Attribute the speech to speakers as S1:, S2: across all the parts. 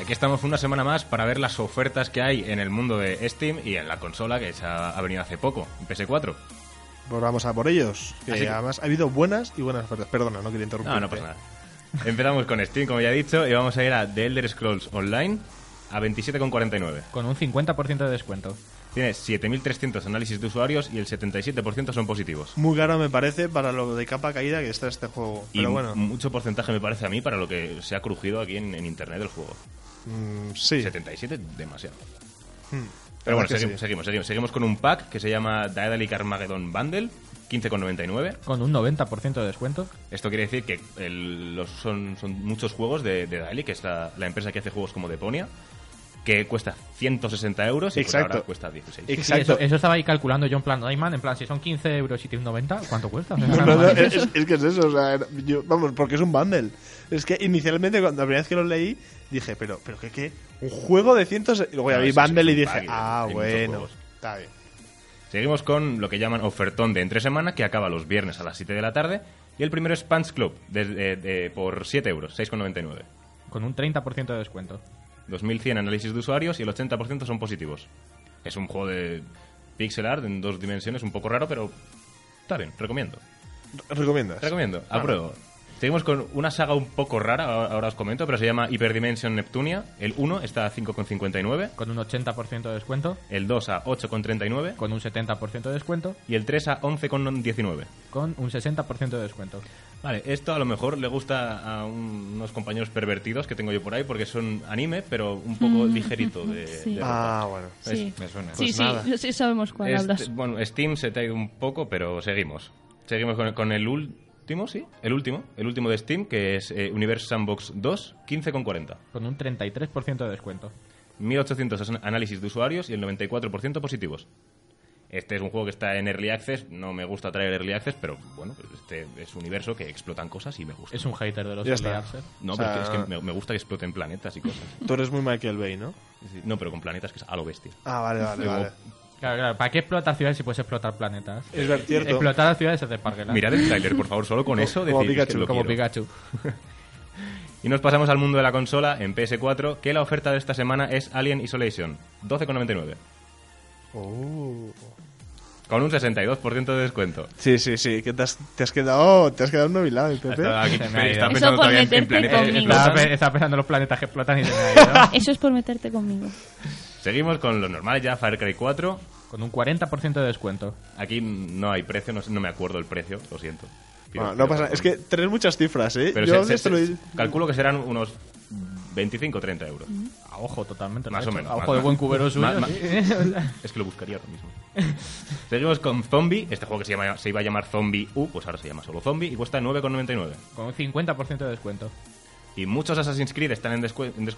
S1: Aquí estamos una semana más para ver las ofertas que hay en el mundo de Steam y en la consola que se ha, ha venido hace poco, en PS4.
S2: Pues vamos a por ellos. que
S1: Así que-
S2: además ha habido buenas y buenas ofertas. Perdona, no quería interrumpir.
S1: No, no pasa nada. Empezamos con Steam, como ya he dicho, y vamos a ir a The Elder Scrolls Online a 27,49.
S3: Con un 50% de descuento.
S1: Tiene 7.300 análisis de usuarios y el 77% son positivos.
S2: Muy caro me parece para lo de capa caída que está este juego.
S1: Y
S2: Pero bueno,
S1: mu- mucho porcentaje me parece a mí para lo que se ha crujido aquí en, en internet del juego.
S2: mm, sí. Hmm.
S1: 77, demasiado.
S2: la
S1: Pero bueno,
S2: verdad que
S1: seguimos,
S2: sí.
S1: seguimos, seguimos. Seguimos con un pack que se llama Daedalic Armageddon Bundle, 15,99.
S3: Con un 90% de descuento.
S1: Esto quiere decir que el- los, son, son muchos juegos de, de Daedalic, que es la, la empresa que hace juegos como Deponia, que cuesta 160 euros y por
S2: Exacto.
S1: ahora cuesta 16.
S3: Sí, sí,
S2: Exacto.
S3: eso, eso estaba ahí calculando yo en plan Dayman, en plan, si son 15 euros y tiene un 90, ¿cuánto cuesta?
S2: No, no, eh, no, es, es que es eso, o sea, era- yo- vamos, porque es un bundle. Es que inicialmente, cuando la primera vez que lo leí, dije, pero, pero ¿qué qué? Un juego de cientos. Y luego ya
S1: No,
S2: vi
S1: eso es
S2: bundle y
S1: un
S2: dije,
S1: pack,
S2: ah,
S1: hay muchos
S2: bueno,
S1: juegos.
S2: está bien.
S1: Seguimos con lo que llaman ofertón de entre semana, que acaba los viernes a las 7 de la tarde. Y el primero es Pants Club, desde- de- por 7 euros, 6,99.
S3: Con un 30% de descuento.
S1: 2100 análisis de usuarios y el 80% son positivos. Es un juego de pixel art en dos dimensiones, un poco raro, pero está bien, recomiendo.
S2: ¿Recomiendas?
S1: Recomiendo, apruebo. Seguimos con una saga un poco rara, ahora ahora os comento, pero se llama Hyperdimension Neptunia. El 1 está a 5,59,
S3: Con un 80% de descuento.
S1: el 2 a 8,39
S3: Con un 70% de descuento.
S1: y el 3 a 11,19.
S3: Con un 60% de descuento.
S1: Vale, esto a lo mejor le gusta a un- unos compañeros pervertidos que tengo yo por ahí porque son anime, pero un poco
S4: Mm,
S1: ligerito de,
S4: sí.
S1: de ropa.
S2: Ah, bueno.
S4: Sí,
S5: Me suena.
S4: sí,
S2: pues
S4: sí,
S2: nada.
S4: sí sabemos cuál
S1: Este-
S4: hablas.
S1: bueno, Steam se te ha ido un poco, pero seguimos. Seguimos con, con el último, sí, el último, el último de Steam, que es eh, Universe Sandbox 2, 15,40.
S3: Con un 33% de descuento.
S1: 1800 as- análisis de usuarios y el 94% positivos. Este es un juego que está en Early Access, no me gusta traer Early Access, pero bueno, este es un universo que explotan cosas y me gusta.
S3: Es un hater de los ¿eh?
S2: Ya
S3: early
S2: está.
S3: access.
S1: No,
S2: o
S1: pero
S2: sea,
S1: es que me, me gusta que exploten planetas y cosas.
S2: Tú eres muy Michael Bay, ¿no?
S1: Es decir, No, pero con planetas que es a lo bestia.
S2: Ah, vale, vale,
S1: Luego,
S2: vale.
S3: Claro, claro. ¿Para qué explotar ciudades si puedes explotar planetas?
S2: Es ver- cierto.
S3: Explotar las ciudades es de parguela.
S1: Mirad el tráiler, por favor, solo con eso
S2: como
S1: decir es que
S2: Pikachu,
S1: lo
S3: como
S1: quiero.
S3: Pikachu.
S1: Y nos pasamos al mundo de la consola en PS4, que la oferta de esta semana es Alien Isolation, 12,99,
S2: Oh.
S1: con un 62% de descuento.
S2: Sí, sí, sí, que te has, te has quedado, te has quedado nubilado, el Pepe.
S1: Está, aquí,
S3: Se me ha ido.
S1: está
S3: Eso
S1: pensando
S4: por
S1: todavía en- en
S4: meterte
S1: planetas que
S4: conmigo.
S3: Estaba,
S1: explotan.
S3: pe- estaba pensando en los planetas que explotan y se me ha ido.
S4: Eso es por meterte conmigo.
S1: Seguimos con los normales ya, Far Cry 4.
S3: Con un 40% de descuento.
S1: Aquí no hay precio, no, sé- no me acuerdo el precio, lo siento. Pido-
S2: Bueno, Ah, no
S1: pido
S2: pasa,
S1: perdón.
S2: es que tenés muchas cifras, ¿eh?
S1: Pero
S2: Yo
S1: se- se-
S2: esto lo-
S1: se- calculo que serán unos 25 o 30 euros.
S3: A ojo, totalmente.
S1: Más
S3: lo he
S1: o
S3: hecho.
S1: menos,
S3: A ojo
S1: más-
S3: de buen cubero
S1: más-
S3: suyo.
S1: más-
S3: sí.
S1: Es que lo buscaría ahora mismo. Seguimos con Zombie. Este juego que se, llama- se iba a llamar Zombie U, pues ahora se llama solo Zombie y cuesta 9,99.
S3: Con un 50% de descuento.
S1: Y muchos Assassin's Creed están en, descu- en des-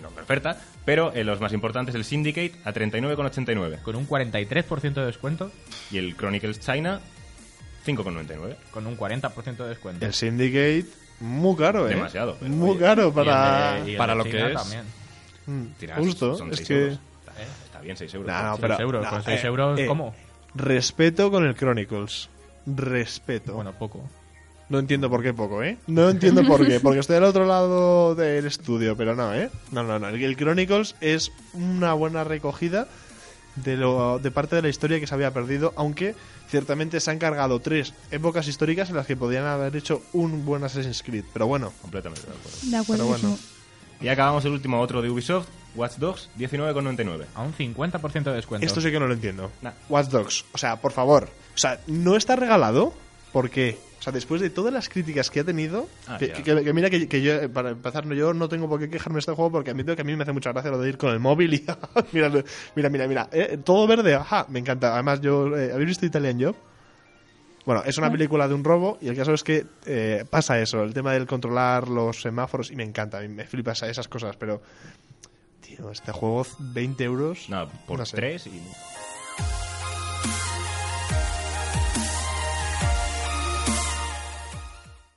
S1: no, en oferta, pero eh, los más importantes el Syndicate a 39,89
S3: Con un 43% de descuento.
S1: y el Chronicles China 5,99.
S3: Con un 40% de descuento.
S2: El Syndicate, muy caro, ¿eh?
S1: Demasiado, pero,
S2: Muy
S1: oye,
S2: caro
S3: Y el de-
S2: para...
S3: y el
S5: para
S3: de
S5: lo que
S3: China
S5: es.
S3: También.
S2: Mm,
S1: Tirad,
S2: Justo,
S1: son
S2: es
S1: seis
S2: que...
S1: euros. Está, está bien, 6 euros.
S2: No, no,
S3: Seis
S2: pero-
S3: euros,
S2: no,
S3: con 6
S2: eh,
S3: euros,
S2: eh,
S3: ¿cómo?
S2: Respeto con el Chronicles. Respeto.
S3: Bueno, poco.
S2: No entiendo por qué poco, ¿eh? No entiendo por qué, porque estoy al otro lado del estudio, pero no, ¿eh? No, no, no. El, el Chronicles es una buena recogida de, lo, de parte de la historia que se había perdido, aunque ciertamente se han cargado tres épocas históricas en las que podían haber hecho un buen Assassin's Creed. Pero bueno,
S1: Completamente de acuerdo.
S4: De acuerdo.
S2: bueno.
S1: Y acabamos el último otro de Ubisoft, Watch Dogs 19,99.
S3: A un 50% de descuento.
S2: esto sí que no lo entiendo.
S1: Nah.
S2: Watch Dogs, o sea, por favor. O sea, no está regalado, ¿por qué? O sea, después de todas las críticas que ha tenido,
S1: Ah,
S2: que,
S1: ya.
S2: que- que- que mira que, que yo, eh, para empezar, no, yo no tengo por qué quejarme de este juego porque admito que a mí me hace mucha gracia lo de ir con el móvil y mira, mira, mira, mira, eh, todo verde, ajá, me encanta. Además, yo, eh, ¿habéis visto Italian Job? Bueno, es una película de un robo y el caso es que eh, pasa eso, el tema del controlar los semáforos y me encanta, a mí me flipas esas cosas, pero Tío, este juego 20 euros.
S1: Nada, por
S2: No sé.
S1: tres y...